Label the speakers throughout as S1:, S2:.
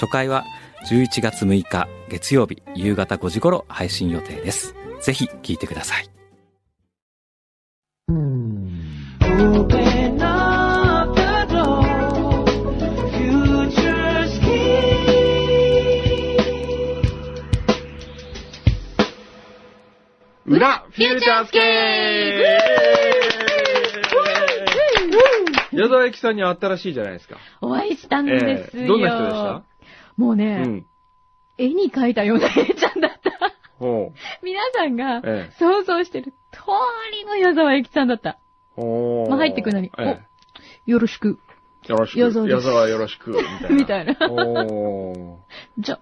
S1: 初回は11月6日月曜日夕方5時頃配信予定ですぜひ聞いてください
S2: Open up the door, future's key.
S3: 裏フューチャースケープ矢沢駅さんに会ったらしいじゃないですか。
S4: お会いしたんですよ。
S3: どんな人でした
S4: もう
S3: う
S4: ね、
S3: ん。
S4: 絵に描いたような絵ちゃんだった。
S3: ほ
S4: 皆さんが
S3: う。ええ。
S4: 想像してる通りの矢沢駅さんだった。
S3: ほう。
S4: まあ入ってくのに
S3: え
S4: よろしく。
S3: え。よろしく。
S4: 矢沢です
S3: 矢沢よろしく。み
S4: み
S3: た
S4: た
S3: い
S4: い
S3: な。
S4: な
S3: ほう。
S4: じゃ、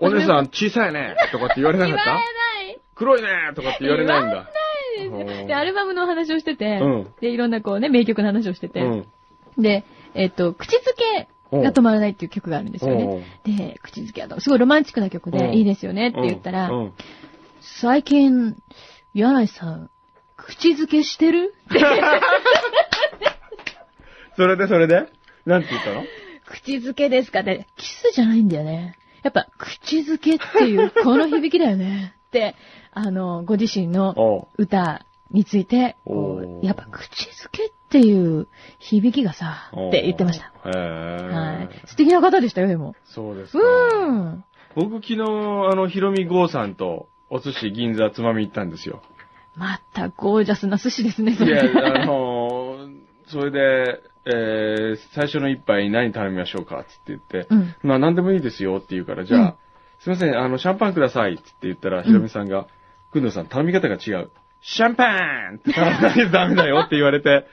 S3: お姉さん小さいね。とかって言われな
S4: 言
S3: か
S4: わ
S3: っ
S4: れ
S3: た
S4: ない
S3: 黒いね。とかって言われないんだ。
S4: です
S3: ほう
S4: よ。で、アルバムのお話をしてて、
S3: うん
S4: で、いろんなこうね、名曲の話をしてて、
S3: うん。
S4: で、えっ、と、口づけ
S3: ほ
S4: が止まらないっていう曲があるんですよね。
S3: ほう
S4: で、口づけはすごいロマンチックな曲
S3: うん
S4: でいいですよねって言ったら、
S3: うんうん
S4: 最近、柳井さん、口づけしてる
S3: それでそれでなんて言ったの
S4: 口づけですかって、キスじゃないんだよね。やっぱ、口づけっていう、この響きだよ ね。って、あの、ご自身の
S3: おう
S4: 歌について、
S3: お
S4: こ
S3: ー
S4: うやっぱ、口づけっていう響きがさ、
S3: おう
S4: って言ってました。。
S3: へ
S4: はい
S3: え。。
S4: 素敵な方でしたよ、でも。
S3: そうです
S4: う
S3: か。
S4: ーん。
S3: 僕昨日、あの、ひろみ郷さんと、お寿司銀座つまみ行ったんですよ。
S4: またゴージャスな寿司ですね、そ
S3: いや、
S4: れ。
S3: あのーそれで、えー、最初の一杯何頼みましょうかつって言って、
S4: うん。
S3: まあ何でもいいですよって言うから、じゃあ、
S4: うん
S3: すいません、あの、シャンパンくださいつって言ったら、ひろみさんが、くんどさん頼み方が違う。シャンパンって頼まないとダメだよって言われて、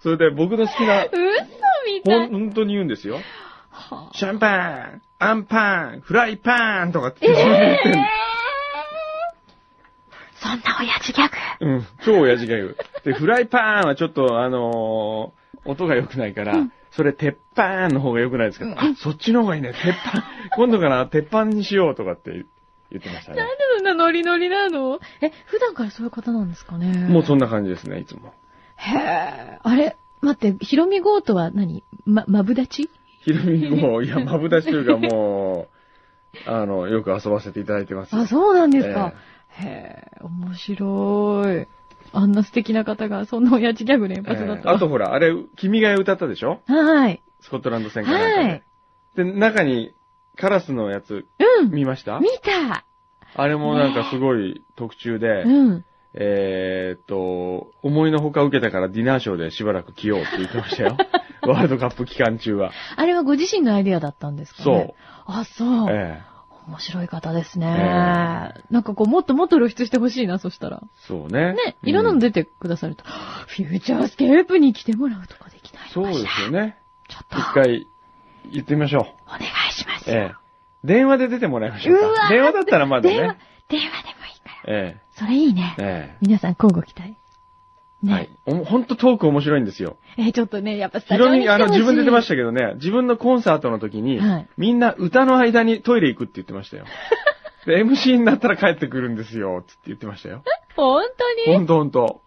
S3: それで僕の好きな、
S4: 嘘みた
S3: ほん
S4: い。
S3: 本当に言うんですよ。
S4: はあ
S3: シャンパンアンパンフライパンとかって自分で言ってんの
S4: そんな親父ギャグ。
S3: うん、超親父が言う。で、フライパンはちょっと、あのー音が良くないから、それ、鉄板の方が良くないですか、あ、そっちの方がいいね、鉄板。今度から鉄板にしようとかって言ってましたね
S4: なん。でそんなノリノリなのえ、普段からそういう方なんですかね
S3: もうそんな感じですね、いつも。
S4: へえ、あれ、待って、ヒロミゴートは何ま、マブダチ
S3: ひろみもう、いや、まぶだしというかもう、あの、よく遊ばせていただいてます。
S4: あ、そうなんですか。へえ、面白い。あんな素敵な方が、そんな親父ギャグ連
S3: ええ
S4: 発だったわ、
S3: あとほら、あれ、君が代歌ったでしょ
S4: はい。
S3: スコットランド戦かなんかで。
S4: はい
S3: で、中に、カラスのやつ、
S4: うん
S3: 見ました
S4: 見た
S3: あれもなんかすごい特注で、
S4: うん。
S3: えーっと、思いのほか受けたからディナーショーでしばらく着ようって言ってまし たよ。ワールドカップ期間中は。
S4: あれはご自身のアイデアだったんですかね
S3: そう。
S4: あ、そう。
S3: ええ
S4: 面白い方ですね、
S3: え
S4: なんかこう、もっともっと露出してほしいな、そしたら。
S3: そうね。
S4: ね、いろんなの
S3: で、
S4: 出てくださると、 フューチャースケープに来てもらうとかできない
S3: そうですよね。
S4: ちょっと、
S3: 一回、言ってみましょう。
S4: お願いします。
S3: ええ電話で出てもらいましょう
S4: うわ
S3: か。電話だったらまだ
S4: 電話
S3: ね。、
S4: 電話でもいいから。
S3: え
S4: それいいね
S3: え。え
S4: 皆さん交互期待。
S3: え
S4: ね。
S3: はい。おほんとトーク面白いんですよ。
S4: えーちょっとね、やっぱス
S3: ひ
S4: タジ
S3: ろ
S4: オに来
S3: み、
S4: てほ
S3: あ
S4: しい。。
S3: の、自分で出ましたたけどね、自分のコンサートの時に、
S4: はい
S3: みんな歌の間にトイレ行くって言って ましたよ。で、MC になったら帰ってくるんですよ、つって言ってましたよ。
S4: 本当に
S3: ほんとほんと。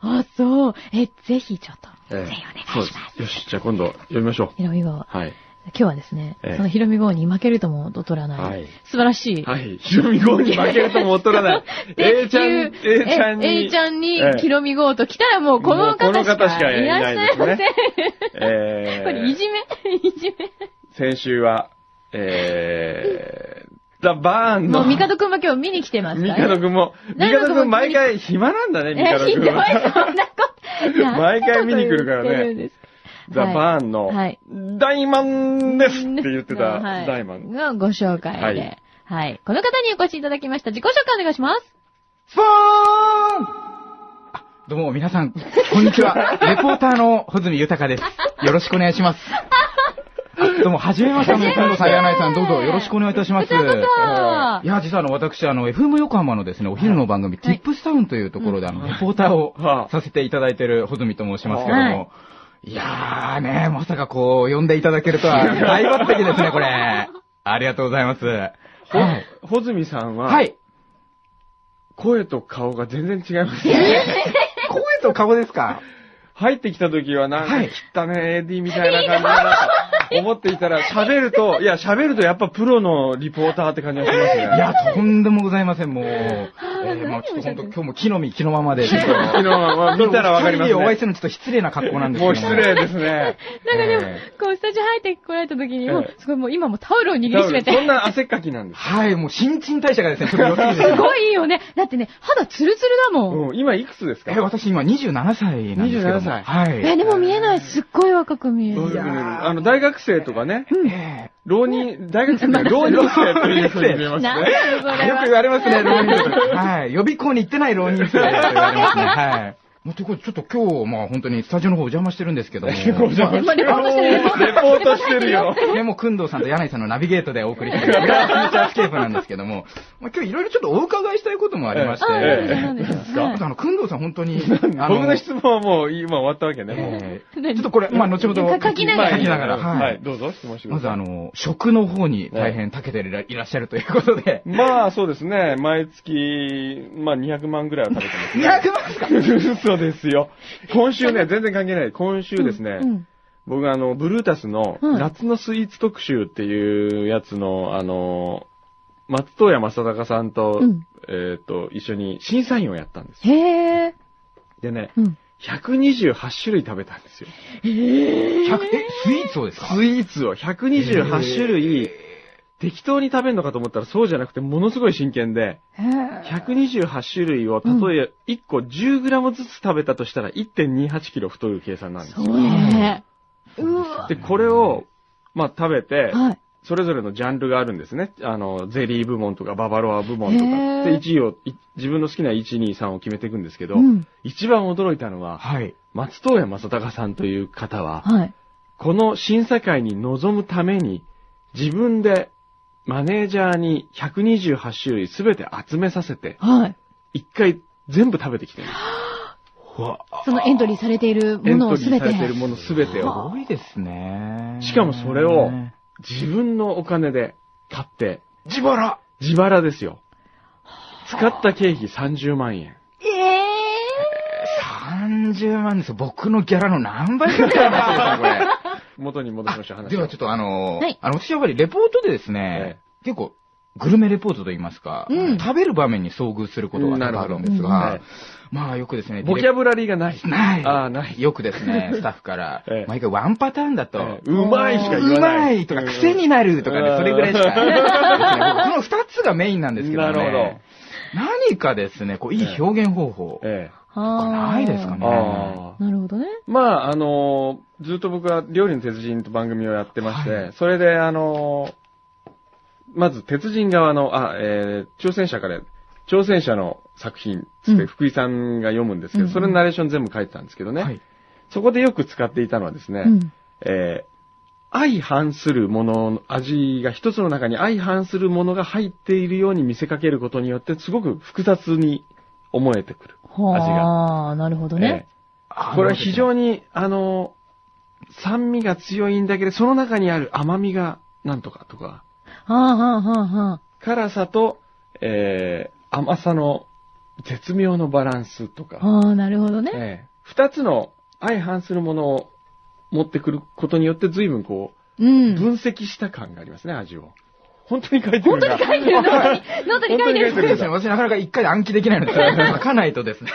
S4: あ、そう。え、ぜひちょっと、
S3: ええ
S4: ぜひお願いし
S3: そう
S4: ま。
S3: ですす。よし、じゃあ今度読みましょう。
S4: ヒロミ号。
S3: はい。
S4: 今日はですね、
S3: ええ
S4: そのヒロミ号に負けるとも劣らない、
S3: はい
S4: 素晴らしい。
S3: はい。ひろみ号に負けるとも劣らない。
S4: で
S3: A ちゃん、
S4: いう
S3: A ちゃんに。
S4: え A ちゃんに
S3: ええ、
S4: ヒロミ号と来たらもうこの
S3: もうこ
S4: 方
S3: の
S4: しか
S3: 方しかい
S4: いらっし
S3: な
S4: ゃ
S3: い
S4: い
S3: です
S4: ません。
S3: ね
S4: こ
S3: えー
S4: れいじめいじ
S3: 先週は、えー、ザ・バー
S4: め
S3: ン
S4: も
S3: の。
S4: う、ミカドくんは今日見に来てます
S3: ミ
S4: か
S3: カ
S4: ら、
S3: ド
S4: ね。
S3: くんも、ミ
S4: 何
S3: カ
S4: 度
S3: ド
S4: も
S3: くん毎回暇なんだね、ミカド
S4: え、ひ
S3: く
S4: どい、そ
S3: ん
S4: ん
S3: は。
S4: なこと。なんてこと
S3: 毎回見に来るからね
S4: 言ってんですか
S3: ザ・バーンの、
S4: はい
S3: 大満ですって言ってた、
S4: はい
S3: 大満。
S4: がご紹介で。
S3: は
S4: はいい。この方にお越しいただきました。自己紹介お願いします。
S5: フォーンあどうも皆さん、こんにちは。レポーターの穂積豊です。よろしくお願いします。
S6: どうも、はじめまして、あの、今度さん、柳井さん、どうぞよろしくお願いいたします。
S4: さん
S6: いや、実はあの、私、あの、FM 横浜のですね、お昼の番組、
S4: はい
S6: ティップスタウンというところで、あの、レポーター を
S3: はい
S6: させていただいてる、ほずみと申しますけれど
S4: はい
S6: も、いやーね、まさかこう、呼んでいただけるとは、大抜擢ですね、これ。ありがとうございます。はい。
S3: ほずみさんは、
S6: はい。
S3: 声と顔が全然違います。
S6: 声と顔ですか
S3: 入ってきた時はなん
S6: はい
S3: か汚ね AD みたいな感じだなと思っていたら、喋ると、いや、喋るとやっぱプロのリポーターって感じがしますね。
S6: いや、とんでもございません、もう。え
S4: 何
S6: ー、まあちょ
S4: をお
S6: っと
S4: っしゃって
S6: 本
S4: る
S6: 当今日も木の実、木のままで、ちょっと。
S3: 昨日はまあ見たらわかります
S6: お会いす
S3: ね。
S6: るのちょっと失礼な格好なんですけ
S3: も
S6: ど
S3: う失礼ですね。
S4: なんかでも
S6: え、
S4: こう、スタジオ入ってこられた時に、もう
S3: え、
S4: すごいもう今もタオルを握りしめて。
S3: そんな汗っかきなんです。
S6: はい、もう新陳代謝がですね、ちょっ と良すぎてです
S4: す
S6: ね
S4: ごいいいよね。だってね、肌ツルツルだもん。
S3: うん、今いくつですか
S6: え、私今27歳なんですけども。
S3: 27歳
S6: はい。
S4: え、でも見えない。すっごい若く見え
S3: どういう
S4: る。
S3: ふうに見えるあの、大学生とかね、
S6: え
S3: 浪人、大学生とか浪人生というふうに見えます
S4: なん
S3: ね。
S4: だ ろう、そ
S6: え
S4: れ
S6: よく
S4: は。
S6: 言われますね、浪人生とか。はい。予備校に行ってない浪人生とか言われますね。はい。もうということで、ちょっと今日、まあ本当にスタジオの方お邪魔してるんですけ ども。
S4: レポレポートしてる
S3: レポートしてるよ。
S6: でも、くんどうさんと柳井さんのナビゲートでお送りし てる、グラスフューチャースケープなんですけども、まあ今日いろいろちょっとお伺いしたいこともありまして、
S4: ああ、
S3: ええ
S4: そうなんですね。は
S6: あ
S4: い
S6: とあの、くんどうさん本当 に、あ
S3: 僕の質問はもう今終わったわけね。もう
S6: ええ
S4: 何
S6: ちょっとこれ、まあ後ほど
S4: 書きながら
S6: 書きながら、は
S3: はいい、。どうぞ質問してくだ
S6: まず
S3: さ
S6: あ
S3: い。
S6: の、食の方に大変長けていらっしゃるということで。
S3: まあそうですね、毎月、まあ200万ぐらいは食べてますね。
S6: 200万です か
S3: 嘘ですよ。今週ね、全然関係ない。今週ですね、
S4: うん
S3: 僕あの、ブルータスの
S4: はい
S3: 夏のスイーツ特集っていうやつの、あの、松任谷正隆さんと、
S4: うん
S3: えっ、と、一緒に審査員をやったんですよ。
S4: へえ。
S3: でね、
S4: うん
S3: 128種類食べたんですよ。
S6: 100え、スイーツをですか
S3: スイーツを128種類、適当に食べるのかと思ったらそうじゃなくて、ものすごい真剣で、
S4: へえ。
S3: 128種類を、例え1個 10g ずつ食べたとしたら 1.28kg 太る計算なんです
S4: そ
S3: よ。
S4: うね。うわ。
S3: で、これを、まあ食べて、
S4: はい。
S3: それぞれのジャンルがあるんですね。あの、ゼリー部門とか、ババロア部門と
S4: へー
S3: か。で、1位を、い自分の好きな1、2、3を決めていくんですけど、
S4: うん。
S3: 一番驚いたのは、
S6: はい。
S3: 松任谷正隆さんという方は、
S4: はい。
S3: この審査会に臨むために、自分でマネージャーに128種類すべて集めさせて、
S4: はい。
S3: 一回全部食べてきてる。
S4: そのエントリーされている
S3: エ
S4: も
S3: ン
S4: の
S3: ト
S4: を
S3: リ
S4: すべ
S3: ーさ
S4: て
S3: れ。てるものすべて
S6: す
S3: を
S6: ごいですね。
S3: しかもそれを自分のお金で買って、
S6: 自腹
S3: 自腹ですよ。使った経費30万円。
S4: ええ。
S6: !30 万ですよ。僕のギャラの何倍かかりますよ、こ
S3: 元に戻しましょう、
S6: れ。
S3: 話
S6: で
S3: を。
S6: はちょっとあの
S4: はい、
S6: あの、私やっぱりレポートでですね
S3: え、
S6: 結構、グルメレポートといいますか、
S4: うん
S6: 食べる場面に遭遇することが多々あるんです
S3: は
S6: が
S3: い、
S6: まあよくですね、
S3: ボキャブラリーがない。
S6: ない。
S3: ああ、ない。
S6: よくです ね、スタッフから
S3: ええ、
S6: 毎回ワンパターンだと、
S3: ええうまいしか言わな
S6: うま
S3: い
S6: いとか、癖になるとか
S3: う
S6: ね、
S3: ん
S6: それぐらいしか。で すね僕この二つがメインなんですけど
S3: な
S6: ね。
S3: るほど。
S6: 何かですね、こう、いい表現方法。
S3: ええ。
S4: は
S6: ないですかね
S3: ああ。
S4: なるほどね。
S3: まあ、あのーずっと僕は料理の鉄人と番組をやってまして、
S6: は
S3: それで、あのーまず鉄人側の、あ、えー挑戦者から、挑戦者の作品つ
S4: う
S3: っ
S4: ん
S3: て福井さんが読むんですけ
S4: う
S3: ど、
S4: んうん
S3: それのナレーション全部書いてたんですけどね、
S6: はい
S3: そこでよく使っていたのはですね、
S4: うん。
S3: えー相反するものの味が一つの中に相反するものが入っているように見せかけることによって、すごく複雑に思えてくる。味
S4: はあ、なるほど
S3: えー
S4: ね。
S3: これは非常に、あの、酸味が強いんだけど、その中にある甘みがなんとかとか、
S4: はあはあはあは
S3: 辛さと、えー甘さの絶妙のバランスと
S4: あ。
S3: か、
S4: はあ、なるほどね。
S3: ええ二つの相反するものを持ってくることによって随分こ
S4: う
S3: う、
S4: ん。
S3: 分析した感がありますね、味を。本当に書いてるんだ。
S4: 書いてるのに、ノートに書いて
S3: 本当に書いて
S4: る。
S3: る
S6: ですね、私なかなか一回で暗記できない ので、書かないとですね。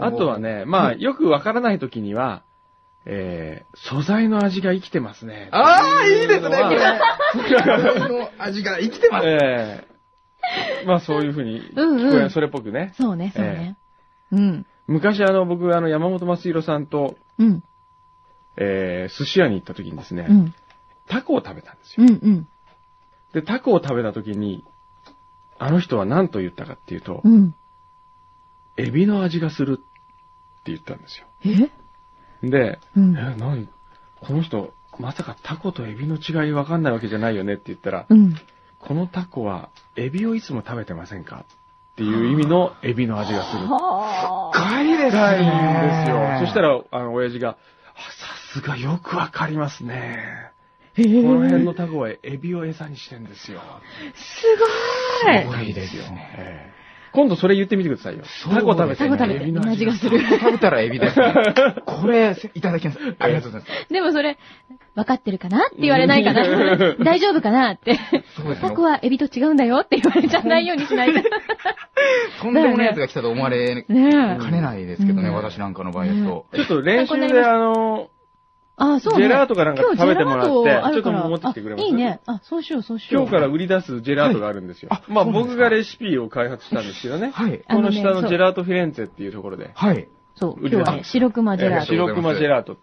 S3: あとはね、まあ、よくわからない時には、えー素材の味が生きてますね。
S6: ああ、いいですね、これ。
S3: れ
S6: この味が生きてます。
S3: ええまあそういうふうに、
S4: うんうん
S3: 聞こえそれっぽくね。
S4: そうね、そうね。うん。
S3: 昔あの僕あの山本正宏さんと、
S4: うん。
S3: えー寿司屋に行った時にですね、
S4: うん。
S3: タコを食べたんです
S4: う
S3: よ。
S4: ん。うん。
S3: で、タコを食べた時に、あの人は何と言ったかっていうと、
S4: うん。
S3: エビの味がするって言ったんですよ。
S4: え
S3: で、
S4: う
S3: え
S4: ん。
S3: 何この人、まさかタコとエビの違いわかんないわけじゃないよねって言ったら、
S4: うん。
S3: このタコはエビをいつも食べてませんかっていう意味のエビの味がする。
S4: はあ。
S6: 深いですね。
S3: 深いんですよ。そしたら、あの、親父が、あさすがよくわかりますね。
S4: へ
S3: こ
S4: え
S3: の辺のタコはエビを餌にしてんですよ。
S4: すごい。
S6: 深いですよね。
S3: ええ今度それ言ってみてくださいよ。
S6: そう
S3: タコ食べて、
S4: タコ食べて、同じがする。
S6: 食べたらエビ ですね。これ、いただきます。ありがとうございます。
S4: でもそれ、分かってるかなって言われない かな大丈夫かなって
S6: そうで。すよ
S4: タコはエビと違うんだよって言われちゃわないようにしない と。
S6: とんでもないやつが来たと思われか
S4: ねえ。
S6: ねないですけどね、
S4: うん
S6: 私なんかの場合だと。
S3: ちょっと練習
S4: 参考にな
S3: で、
S4: ります
S3: あの、
S4: あ、そう
S3: ジ
S4: ね。
S3: ェラートかなんか
S4: 今日
S3: 食べてもらって
S4: ジェラートあるから
S3: ちょっと持ってきてくれます
S4: あいいね。あ、そうしよう、そうしよう。
S3: 今日から売り出すジェラートがあるんですよ。
S6: はいあ
S3: まあ
S6: そうなんです
S3: 僕
S6: か
S3: がレシピを開発したんですけどね。
S6: はい。
S4: あ
S3: こ
S4: の
S3: の
S4: ね
S3: 下の
S4: そう
S3: ジェラートフィレンツェっていうところで。
S6: はい。
S4: そう、
S3: 売り
S4: 今日はね、白熊ジェラー
S6: ええ
S4: ト。
S3: 白熊ジェラート。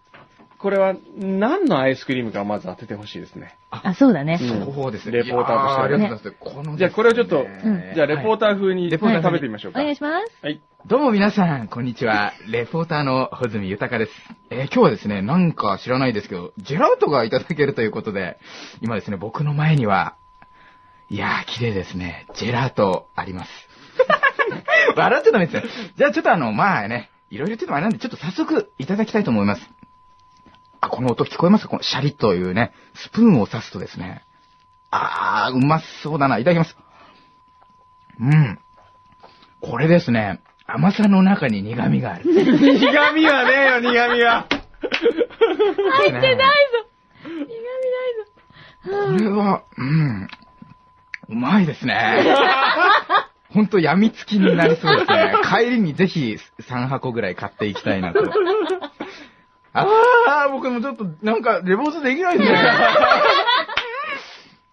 S3: これは何のアイスクリームかまず当ててほしいですね。
S4: あ、そうだね。
S3: うん
S6: そうですね。
S3: レポーターとしてはい
S6: やありがとうございます。この
S3: じゃあこれをちょっと
S4: うん
S3: じゃあレポー
S6: タ
S3: ター風に
S6: レ
S3: 食
S6: ポーター風に
S3: べてみましょう
S4: お
S3: か。
S4: 願いします。
S3: はい。
S6: ー。どうも皆さん、こんにちは。レポーターの穂積豊です。えー今日はですね、なんか知らないですけど、ジェラートがいただけるということで、今ですね、僕の前には、いやー、綺麗ですね。ジェラートあります。 笑っちゃダメですよ。じゃあちょっとあの、まあね、いろいろ言ってもあれなんで、ちょっと早速いただきたいと思います。あ、この音聞こえますかこのシャリというね、スプーンを刺すとですね。あー、うまそうだな。いただきます。うん。これですね。甘さの中に苦味がある。
S3: 苦味はねえよ、苦味は。
S4: 入ってないぞ苦味ないぞ
S6: これは、うん。うまいで すね。ほんと、病みつきになりそうですね。帰りにぜひ3箱ぐらい買っていきたい なと。あー、僕もちょっと、なんか、レポートできな いですね。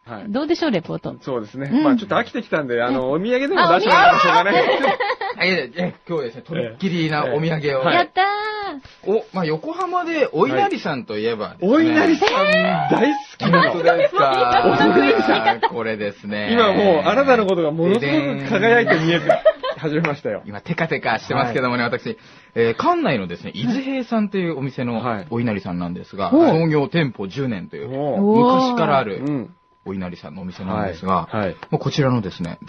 S3: は
S4: う
S3: い
S4: ん。どうでしょう、レポート。
S3: そうですね。
S4: うん
S3: まあちょっと飽きてきたんで、あの、お土産でも出してもらいましょうかね。
S6: いやいやいや今日はですね、とびっきりなお土産を。
S3: はい
S4: やった
S6: お、まあ、横浜で、お稲荷さんといえばですね、
S3: お稲荷さん大好きな
S6: 本
S3: の
S6: 当。ですか。
S3: お稲荷
S6: さん。これですね。
S3: 今もうあなたのことがものすごく輝いて見えて始めましたよ。
S6: 今、テカテカしてますけどもね、私、えー館内のですね、伊豆平さんというお店の
S3: はい
S6: お稲荷さんなんですが、
S3: ほう
S6: 創業店舗10年という、
S3: も
S4: お
S6: 昔からあ
S3: う。
S6: る
S3: うん。
S6: お稲荷さんのお店なん
S3: はい。
S6: ですが、
S3: はい。
S6: もうこちらのですね、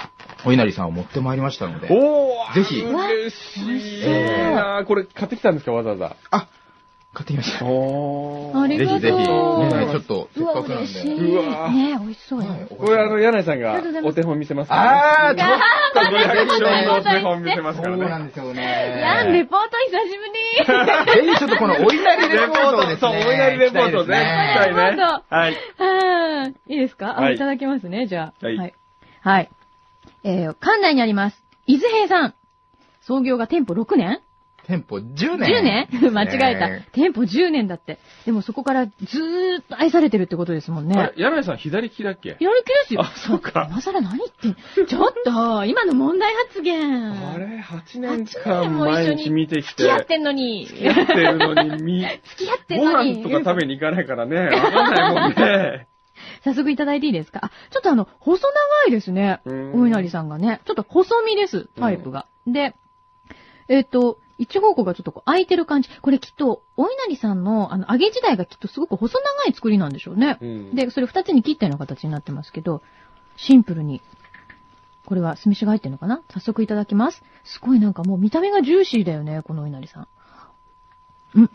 S6: お稲荷さんを持ってまいりましたので、
S3: おー
S6: ぜひ
S3: 嬉しいなーこれ買ってきたんですかわざわざ。
S6: あ、買ってきました。ぜ
S3: お
S4: ありがと
S6: ひ
S4: う
S6: ぜひ、ね、ち
S4: ね
S6: ょっと、せ
S4: う
S6: っ
S4: わ、
S6: かくなん
S4: 嬉しい。
S6: で。
S3: うわー
S4: ね美味しそう
S6: は
S4: よ
S6: い。
S3: これあの、柳井さん
S4: あ
S3: が
S4: りがとうございます
S3: お手本見せますから
S6: あー、ちょっ
S3: ちょっとリアクションのお手本見せま
S6: と
S3: すか
S6: そうな
S3: ら
S6: ん
S3: ね。
S6: ですよ
S4: い
S6: ね。
S4: やー、レポート久しぶり
S6: ぜひちょっとこのお稲荷レポートをですね。
S3: そう、お稲荷レポート
S6: 行きたいです
S3: ね。行きたい
S4: レ
S3: ね
S4: ポート
S3: はい。
S4: うんいいですかあ
S3: はい
S4: いただきますね、じゃあ。
S3: はい
S4: はい。はい。えー、館内にあります。伊豆平さん。創業が店舗6年
S6: 店舗10年。
S4: 10年 間違え
S6: ね
S4: た。店舗10年だって。でもそこからずーっと愛されてるってことですもんね。
S3: あれ柳井さん左利きだっけ
S4: 左利きですよ。
S3: あそうか
S4: 今更何言ってんちょっと、今の問題発言。
S3: あれ、8
S4: 8
S3: 年間
S4: 年も一緒
S3: 毎
S4: に
S3: 日見てきて、
S4: 付き合ってんの に。付
S3: やってるのに、み、
S4: き合ってん
S3: ご
S4: のに。
S3: 飯とか食べに行かないからね、わかんないもんね。
S4: 早速いただいていいですかあ、ちょっとあの、細長いですね。
S3: うん
S4: お稲荷さんがね。ちょっと細身です、タイプが。で、えっ、と、一方向がちょっとこう空いてる感じ。これきっと、お稲荷さんの、あの、揚げ時代がきっとすごく細長い作りなんでしょうね。
S3: うん
S4: で、それ二つに切ったような形になってますけど、シンプルに。これは酢飯が入ってるのかな早速いただきます。すごいなんかもう見た目がジューシーだよね、このお稲荷さん。うん。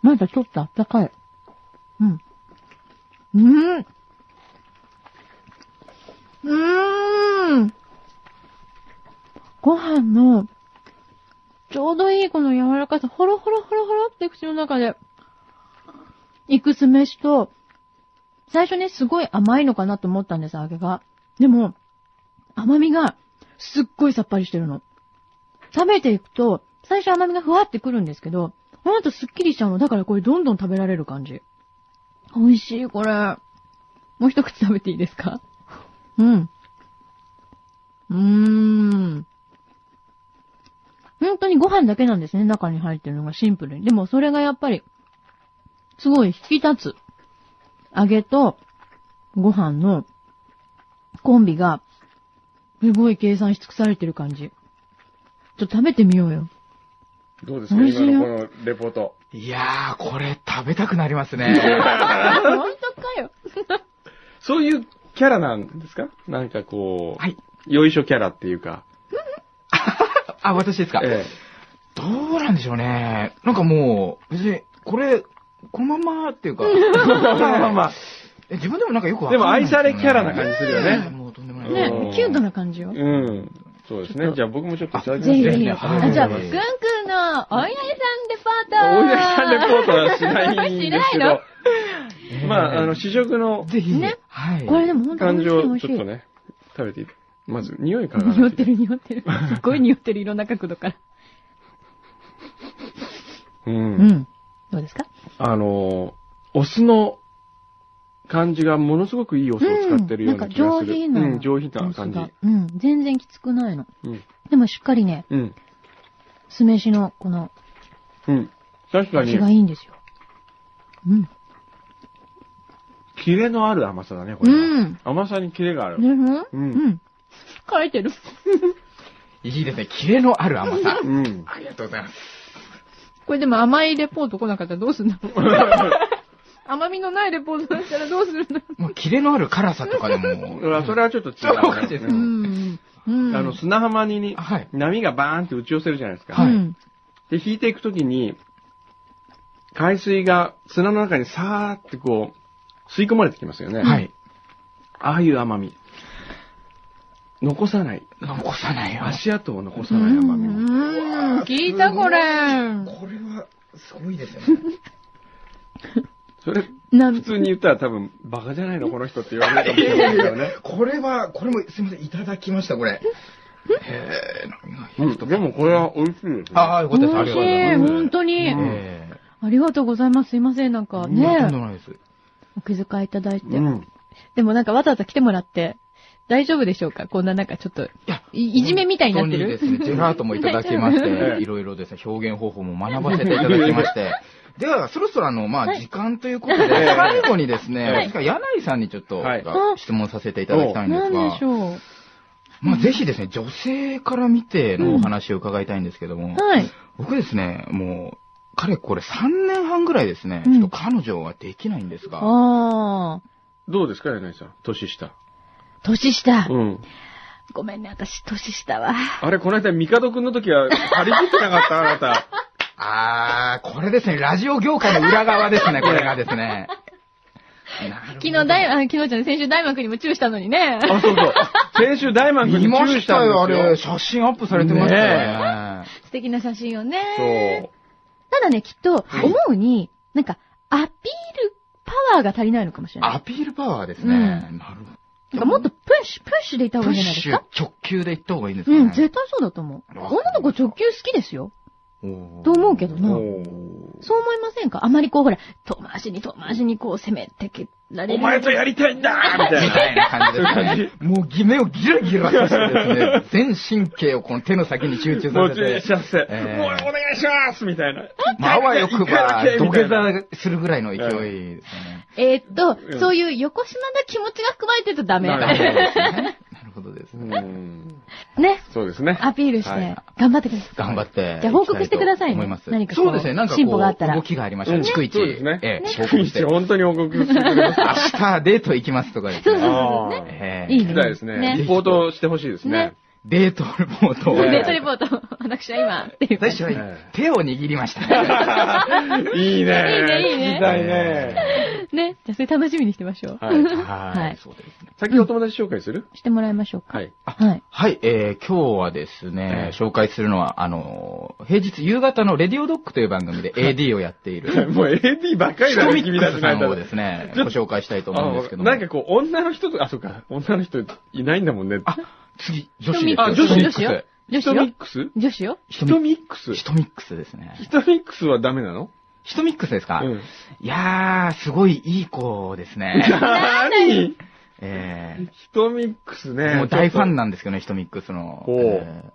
S4: まだちょっとあったかい。うん。うーん。うーん。ご飯の、ちょうどいいこの柔らかさ、ほろほろほろほろって口の中で、いく酢飯と、最初ね、すごい甘いのかなと思ったんです、揚げが。でも、甘みが、すっごいさっぱりしてるの。食べていくと、最初甘みがふわってくるんですけど、ほんとすっきりしちゃうの。だからこれどんどん食べられる感じ。美味しい、これ。もう一口食べていいですかうん。うーん。本当にご飯だけなんですね、中に入ってるのがシンプルに。でもそれがやっぱり、すごい引き立つ。揚げとご飯のコンビが、すごい計算し尽くされてる感じ。ちょっと食べてみようよ。
S3: どうですか
S4: 美味しい
S3: 今
S4: よ
S3: のこのレポート。
S6: いやー、これ食べたくなります ね。
S4: 本当かよ。
S3: そういうキャラなんですかなんかこう、
S6: はい。
S3: よいしょキャラっていうか。
S6: あ、私ですか、
S3: え
S6: どうなんでしょうね。なんかもう、別に、これ、このま まっていうか、
S3: え。まあまあ、
S6: え自分でもなんかよくわか
S3: で
S6: ん
S3: も
S6: ない
S3: 愛
S6: ですよ
S3: さ
S6: ね、
S3: れキャラな感じするよ
S6: ね
S3: ね。
S6: もうとんでもない。
S3: うん
S4: ね、キュートな感じよ。ぜ
S3: うん。そうですね。じゃあ僕もちょっといただきます
S4: ひ
S3: ね。
S4: ぜひ。
S6: はい
S4: あ、じゃあ、く
S6: は
S4: んく
S6: い
S4: んのお稲荷さん
S3: お
S4: レポート
S3: いなさんレポートはしないんで
S4: し
S3: すけ
S4: ない
S3: ど、 まあ、あの、試食の
S6: ぜひ、
S4: ね
S6: はい。
S4: の これでも本当
S3: 感
S4: に
S3: じ
S4: 美味しい美
S3: を
S4: 味し
S3: ちょっと
S4: い。
S3: ね、食べていいまず、匂いから。
S4: 匂ってる匂ってる。 すっごい匂ってる、いろんな角度から。
S3: う。
S4: うんん。どうですか
S3: あの、お酢の感じがものすごくいいお酢を使ってるような気が
S4: うんなんか上
S3: する。上品
S4: 品
S3: な。
S4: な。
S3: うん、上品な感
S4: うん、全然きつくないの。
S3: じ。うん。
S4: でもしっかりね、
S3: うん。
S4: 酢飯のこの
S3: うん。確か
S4: 味がい
S3: に、
S4: いんですよ。うん。
S3: キレのある甘さだね、これは。
S4: うん。
S3: 甘さにキレがある。
S4: でも
S3: うん
S4: うん。書いてる。
S6: いいですね。キレのある甘さ。
S3: うん。
S6: ありがとうございます。
S4: これでも甘いレポート来なかったらどうすん の甘みのないレポートだったらどうするの
S6: もうキレのある辛さとかで も。
S3: うわそれはちょっと違
S6: そうおかしいうで
S3: ね
S6: す
S4: う
S6: ね
S4: ん。うん。
S3: あの、砂浜にに
S6: はい
S3: 波がバーンって打ち寄せるじゃないですか。
S6: はい
S4: うん
S3: で、引いていくときに、海水が砂の中にさーってこう、吸い込まれてきますよね。
S6: はい。
S3: ああいう甘み。残さない。
S6: 残さないよ。
S3: 足跡を残さない甘み。
S4: うん。聞いたこれ。
S6: これは、すごいですよね。
S3: それ、
S4: な
S3: 普通に言ったら多分、バカじゃないのこの人って言われるかもしれないけどね。
S6: これは、これも、すみません、いただきました、これ。へぇ
S3: うん、でもこれは美味しいですね。
S6: ああ、よかっ
S4: 美
S6: たです。あ
S4: 味し
S6: りがとうござ
S4: い。
S6: います。
S4: 本当に。
S3: うん
S6: ええ
S4: ありがとうございます。すいません。なんか
S6: いやとんで
S4: ね、
S6: もないです。
S4: お気遣いいただいて
S3: う。ん。
S4: でもなんかわざわざ来てもらって、大丈夫でしょうかこんななんかちょっと、いいじめみたいになってる
S6: 本当にですね、ジェラートもいただきま して、いろいろですね、表現方法も学ばせていただき まして。では、そろそろあの、まあ、時間ということで、
S3: はい
S6: 最後にですね、
S3: はい
S6: 私が柳井さんにちょっと、
S3: はい
S6: 質問させていただきたいんで
S4: な
S6: す
S4: んで
S6: が
S4: し、ょう。
S6: まあ、ぜひですね、女性から見てのお話を伺いたいんですけども、
S4: はい。
S6: 僕ですね、もう、かれこれ3年半ぐらいですね、
S4: うん
S6: ちょっと彼女はできないんですが、
S4: ああ。
S3: どうですか、柳井さん。年下。
S4: 年下。
S3: うん。
S4: ごめんね、私、年下は。
S3: あれ、この間、ミカド君の時は、張り切ってなかった、あなた。
S6: あー、これですね、ラジオ業界の裏 側ですね、これがですね。
S4: 昨日、大、あ昨日じゃない、先週大幕にもチューしたのにね。
S3: あ、そうそう。先週、大満君
S6: 見
S3: にチ
S6: ま
S3: ューし
S6: したたよ、あ
S3: ん
S6: れ。
S3: です
S6: 写真アップされてましたよね。
S4: 素敵な写真を
S3: よ。
S4: ね。
S3: そう。
S4: ただね、きっと、
S6: はい
S4: 思うに、なんか、アピールパワーが足りないのかもしれない。
S6: アピールパワーですね。なる
S4: なんかもっとプッシュ、プッシュでいた
S6: ほ
S4: 方
S6: ど。プ
S4: がい
S6: ッ
S4: いんじゃないです
S6: シュ
S4: か
S6: 直球でいった方がいいんですかね。
S4: うん、絶対そうだと思う。
S6: わか
S4: 女の子直球好きですよ。
S6: おー
S4: と思うけどな。
S3: おー
S4: そう思いませんかあまりこう、ほら、遠回しに遠回しにこう攻めてけられ
S3: お
S4: る。
S3: 前とやりたいんだみた
S6: み
S3: いな。
S6: たいな感じですね。もう目をギラギラさせてですね、全神経をこの手の先に集中
S3: も
S6: さ
S3: う
S6: せ
S3: ちょいしち
S6: て、
S3: ゃって、もうお
S6: えー
S3: 願いしますみたいな。
S6: まああわよ
S3: 行
S6: くば
S3: かなきゃ
S6: 土
S3: みたい
S6: 下
S3: な
S6: 座するぐらいの勢いですね。
S4: えーっと、
S3: うん
S4: そういう横島な気持ちが含まれてるとダメ。
S3: な
S6: な
S3: る
S6: る
S4: ね。
S6: ほどですね。なるほどですね。
S3: うんそうですね。
S4: アピールして
S3: はい、
S4: 頑張ってください。
S6: 頑張って。
S4: じゃあ報告してくださいね
S6: 思います。
S4: 何かこう
S6: そうですね、なんかこう
S4: 進歩があったら
S6: 動きがありました
S3: う
S6: ら。
S3: ん
S6: 逐一。
S3: そうですね
S6: ええ、報
S3: 僕
S6: 告
S3: に
S6: し。
S3: してて
S6: 明
S3: 本当に報告してくれ ます。
S6: 日デート行きますとかです
S4: そうそう
S6: ね。
S4: そうそう。ね。
S6: ええ
S4: いい
S3: 聞きたいです
S4: ね
S3: ね。リポートしてほしいですね
S4: ね。
S6: デートレポートを。
S3: ええ
S4: デートレポート、私は今、っていう。
S6: 最初は
S3: え
S6: 手を握りました。
S3: い
S4: いいねいい
S3: いね。
S4: ね
S3: 聞きたいね。
S4: ね。じゃあ、それ楽しみにしてましょう。
S3: はい。
S6: は。
S4: はいい
S6: そうですね。
S3: 先お友達紹介する
S4: してもらいましょうか。
S3: はい。
S4: はい。
S6: はい、えー、今日はですね、紹介するのは、あのー、平日夕方のレディオドッグという番組で AD をやってい る、
S3: もう AD ばっかり
S6: ヒ
S3: だね、
S6: トミッ
S3: 君
S6: ク
S3: た
S6: ス
S3: ち
S6: さ
S3: なんん
S6: を
S3: か
S6: ですね、
S3: ちょ
S6: ご紹介したいと思うんですけども。
S3: なんかこう、女の人とか、あ、そうか、女の人いないんだもんね。
S6: 次、女子です。
S3: あ女子
S6: ヒトミックス
S4: 女子よ女子
S3: 人ミ
S4: よ
S3: ックス
S4: 女子よ
S3: 人ミックス
S6: ヒトミックスですね。
S3: 人ミックスはダメなの
S6: ヒトミックスですか、
S3: うん
S6: いやー、すごいいい子です ね。
S3: なーに
S6: え
S3: 人ミックスね。
S6: ー、もう大ファン
S3: な。
S6: なんですけどね、ヒトミックスの。
S3: おう
S6: えー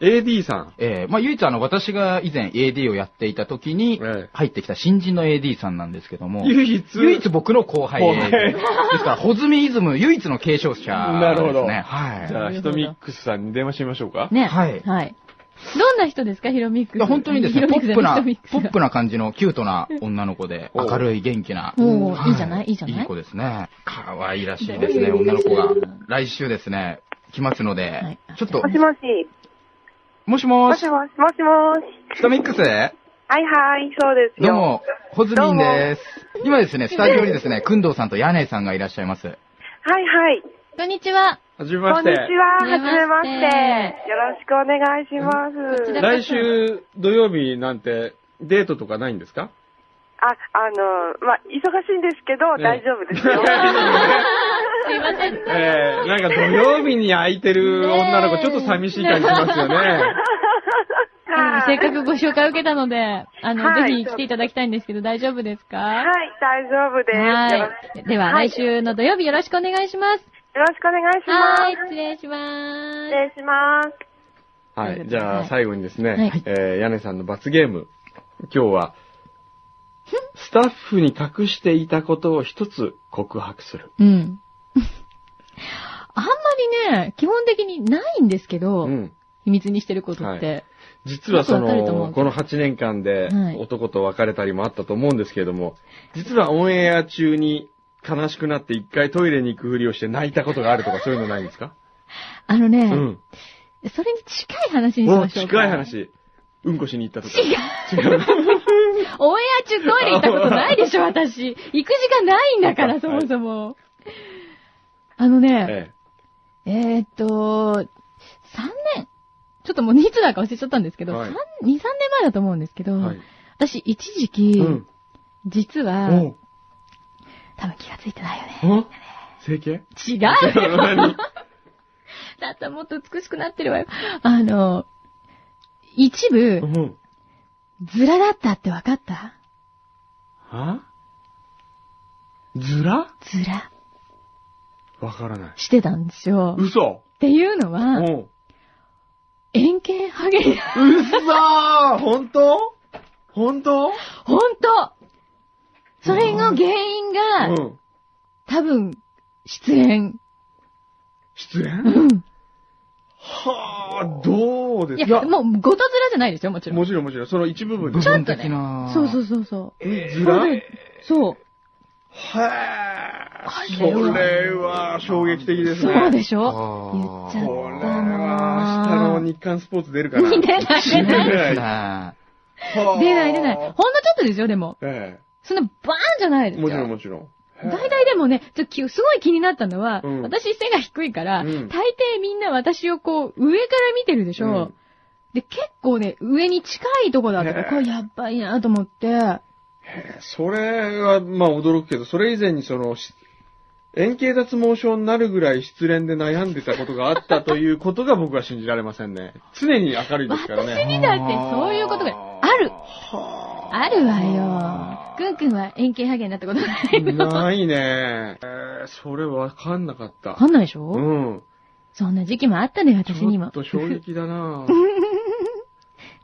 S3: AD さん。
S6: えーまあ唯一あの、私が以前 AD をやっていた時に
S3: ええ、
S6: 入ってきた新人の AD さんなんですけども、
S3: 唯一。
S6: 唯一僕の後輩
S3: 後
S6: AD。
S3: 輩
S6: ですから、ホズミイズム唯一の継承者ですね。
S3: なるほど
S6: は
S3: じ
S6: い。
S3: ゃあ、
S4: なる
S3: ヒ
S4: ほど
S3: トミックスさんに電話してみましょうか。
S4: ね。
S6: はい
S4: はい。どんな人ですか、ヒロミックス。
S6: 本当にですね、
S4: ヒ
S6: ポ
S4: ロミ
S6: ップ
S4: ッ
S6: な、
S4: クス
S6: ポ
S4: じゃい
S6: ップな感じのキュートな女の子で、
S3: おう
S6: 明るい元気な。
S4: おう
S6: はい
S4: いじゃないいいじゃない
S6: いい子ですね。可愛いらしいですね、女の子が。来週ですね、来ますので
S4: はい、
S6: ちょっと
S7: も、しもし。
S6: もしも
S7: も
S6: し
S7: し、もし、もしもし。
S6: スタミックス
S7: はいはい、そうですよ。
S6: どうも、ホズミンです。今ですね、スタジオにですね、くんどうさんとヤネイさんがいらっしゃいます。
S7: はいはい。
S4: こんにちは。
S3: はじめま
S7: こ
S3: し
S7: んに
S3: て
S7: ち。は。
S4: は
S7: は
S4: じめ
S7: じめ
S4: ま
S7: ま
S4: し
S7: してて。よろしくお願いします。
S4: こちら
S3: 来週土曜日なんてデートとかないんですか
S7: あ、あの、まあ、忙しいんですけど、
S3: ね
S7: 大丈夫ですよ。
S4: すいません。
S3: えー、なんか土曜日に空いてる女の子、ちょっと寂しい感じしますよね。
S4: あの
S7: は
S4: せっ
S7: い。
S4: かくご紹介を受けたので、あの、
S7: はい
S4: ぜひ来ていただきたいんですけど、大丈夫ですか
S7: は、
S4: はい
S7: 大丈夫です。よろし
S4: い。では、来週の土曜日よろしくお願いします。
S7: よろしくお願いします。
S4: はい、失礼します。
S7: 失礼します。
S3: はい。じゃ
S4: はい
S3: あ、最後にですね、
S4: はい
S3: えー、屋根さんの罰ゲーム。今日は、スタッフに隠していたことを一つ告白する。
S4: うん。あんまりね、基本的にないんですけど、
S3: うん。
S4: 秘密にしてることって。
S3: 実はそ
S4: よくわかると思う
S3: の、この8年間で
S4: はい
S3: 男と別れたりもあったと思うんですけれども、実はオンエア中に悲しくなって一回トイレに行くふりをして泣いたことがあるとかそういうのないんですか
S4: あのね、
S3: うん。
S4: それに近い話にし
S3: お
S4: ましょうか。
S3: 近い。話。うんこしに行ったとか。違う。
S4: オンエア中トイレ行ったことないでしょ、私。行く時間ないんだか
S3: は
S4: ら、
S3: い
S4: そもそも。あのね、え
S3: え
S4: ーっと、3年、ちょっともういつだか忘れちゃったんですけど、
S3: はい
S4: 三二3、3年前だと思うんですけど、
S3: え。はい。
S4: 私一時期、
S3: うん。
S4: 実は、
S3: お
S4: 多分気がついてないよね。
S3: お整 形
S4: 違うよ
S3: 何
S4: だったらもっと美しくなってるわよ。あの、一部
S3: う、ん。
S4: ズラだったって分かった
S3: はずら
S4: ズラ
S3: わからない。
S4: してたんですよ。っ
S3: 嘘
S4: ていうの
S3: う
S4: は、
S3: ん。
S4: 円形ハゲに、
S3: 嘘本当本当
S4: ほんとそれの原因
S3: う
S4: が、
S3: ん。
S4: 多分、失恋。
S3: 失
S4: う
S3: 恋
S4: ん。
S3: はあ、どうで
S4: い
S3: す
S4: や、
S3: か
S4: もう、ごとズラじゃないですよ、もちろん。
S3: もちろんもちろん、その一部分
S6: 部
S3: で。
S6: 分的な。
S4: そうそうそうそう。
S3: え、ずら
S4: そ
S3: へ
S4: うそう。
S3: え。
S4: これは
S3: これは衝撃的ですね。
S4: そうでしょ言
S6: あ
S4: っ
S6: ー
S4: ちゃ
S3: こ
S4: っ
S3: れ
S4: た
S3: は、
S4: な
S3: 明
S4: ぁ
S3: 日の日刊スポーツ出るかな。
S4: 出ない
S3: 出ない。
S6: ね
S3: はあ
S4: 出ない出ない。ほんのちょっとですよ、でも。
S3: え
S4: そんなバーンじゃない
S3: え。
S4: ですよ。
S3: もちろんもちろん。
S4: 大体でもね、ちょっときすごい気になったのは、
S3: うん
S4: 私背が低いから、
S3: うん
S4: 大抵みんな私をこう、上から見てるでしょ。
S3: うん
S4: で、結構ね、上に近いとこだったから、
S3: ねえ
S4: これやばいなと思って、
S3: それは、まあ驚くけど、それ以前にその、し円形脱毛症になるぐらい失恋で悩んでたことがあったということが僕は信じられませんね。常に明るいですから
S4: 私
S3: ね。
S4: にだってそういうことがある。あるわよ。くんくんは円形ハゲになったことないの。わ
S3: ないね。えー、それわかんなかった
S4: か。んないでしょ、
S3: うん。
S4: そんな時期もあったのよ、私
S3: ち
S4: に
S3: ょ
S4: も
S3: っ。と衝撃だな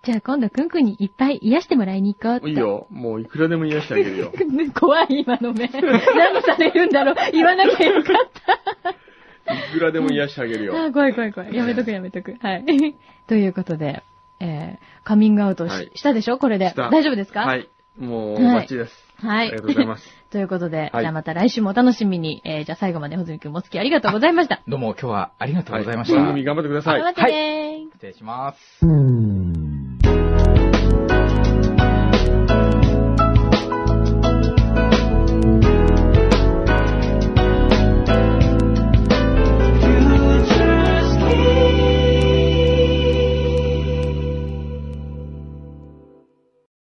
S4: じゃあ今度くんくんにいっぱい癒してもらいに行こうっ
S3: い
S4: て。
S3: いよ。もういくらでも癒してあげ るよ。
S4: 怖い、今の目。何されるんだろう。言わなきゃよかった。
S3: いくらでも癒してあげるよ。
S4: あー怖い怖い怖い。やめとくやめとく。はい。 ということで、えー、カミングアウトし,、
S3: はい
S4: たでしょこれで。
S3: した
S4: 大丈夫ですか。
S3: はいい。もう、
S4: はい
S3: バッチリです。
S4: は
S3: あ
S4: い
S3: りがとうございます。
S4: ということで、
S3: はい
S4: じゃあまた来週もお楽しみに。えー、じゃあ最後まで、ほずみくんもお付き合いありがとうございました。
S6: どうも今日はありがとうございまし
S3: は
S6: た。
S3: 番組頑張ってください。
S4: 頑張ってねー
S6: 失礼します。
S4: は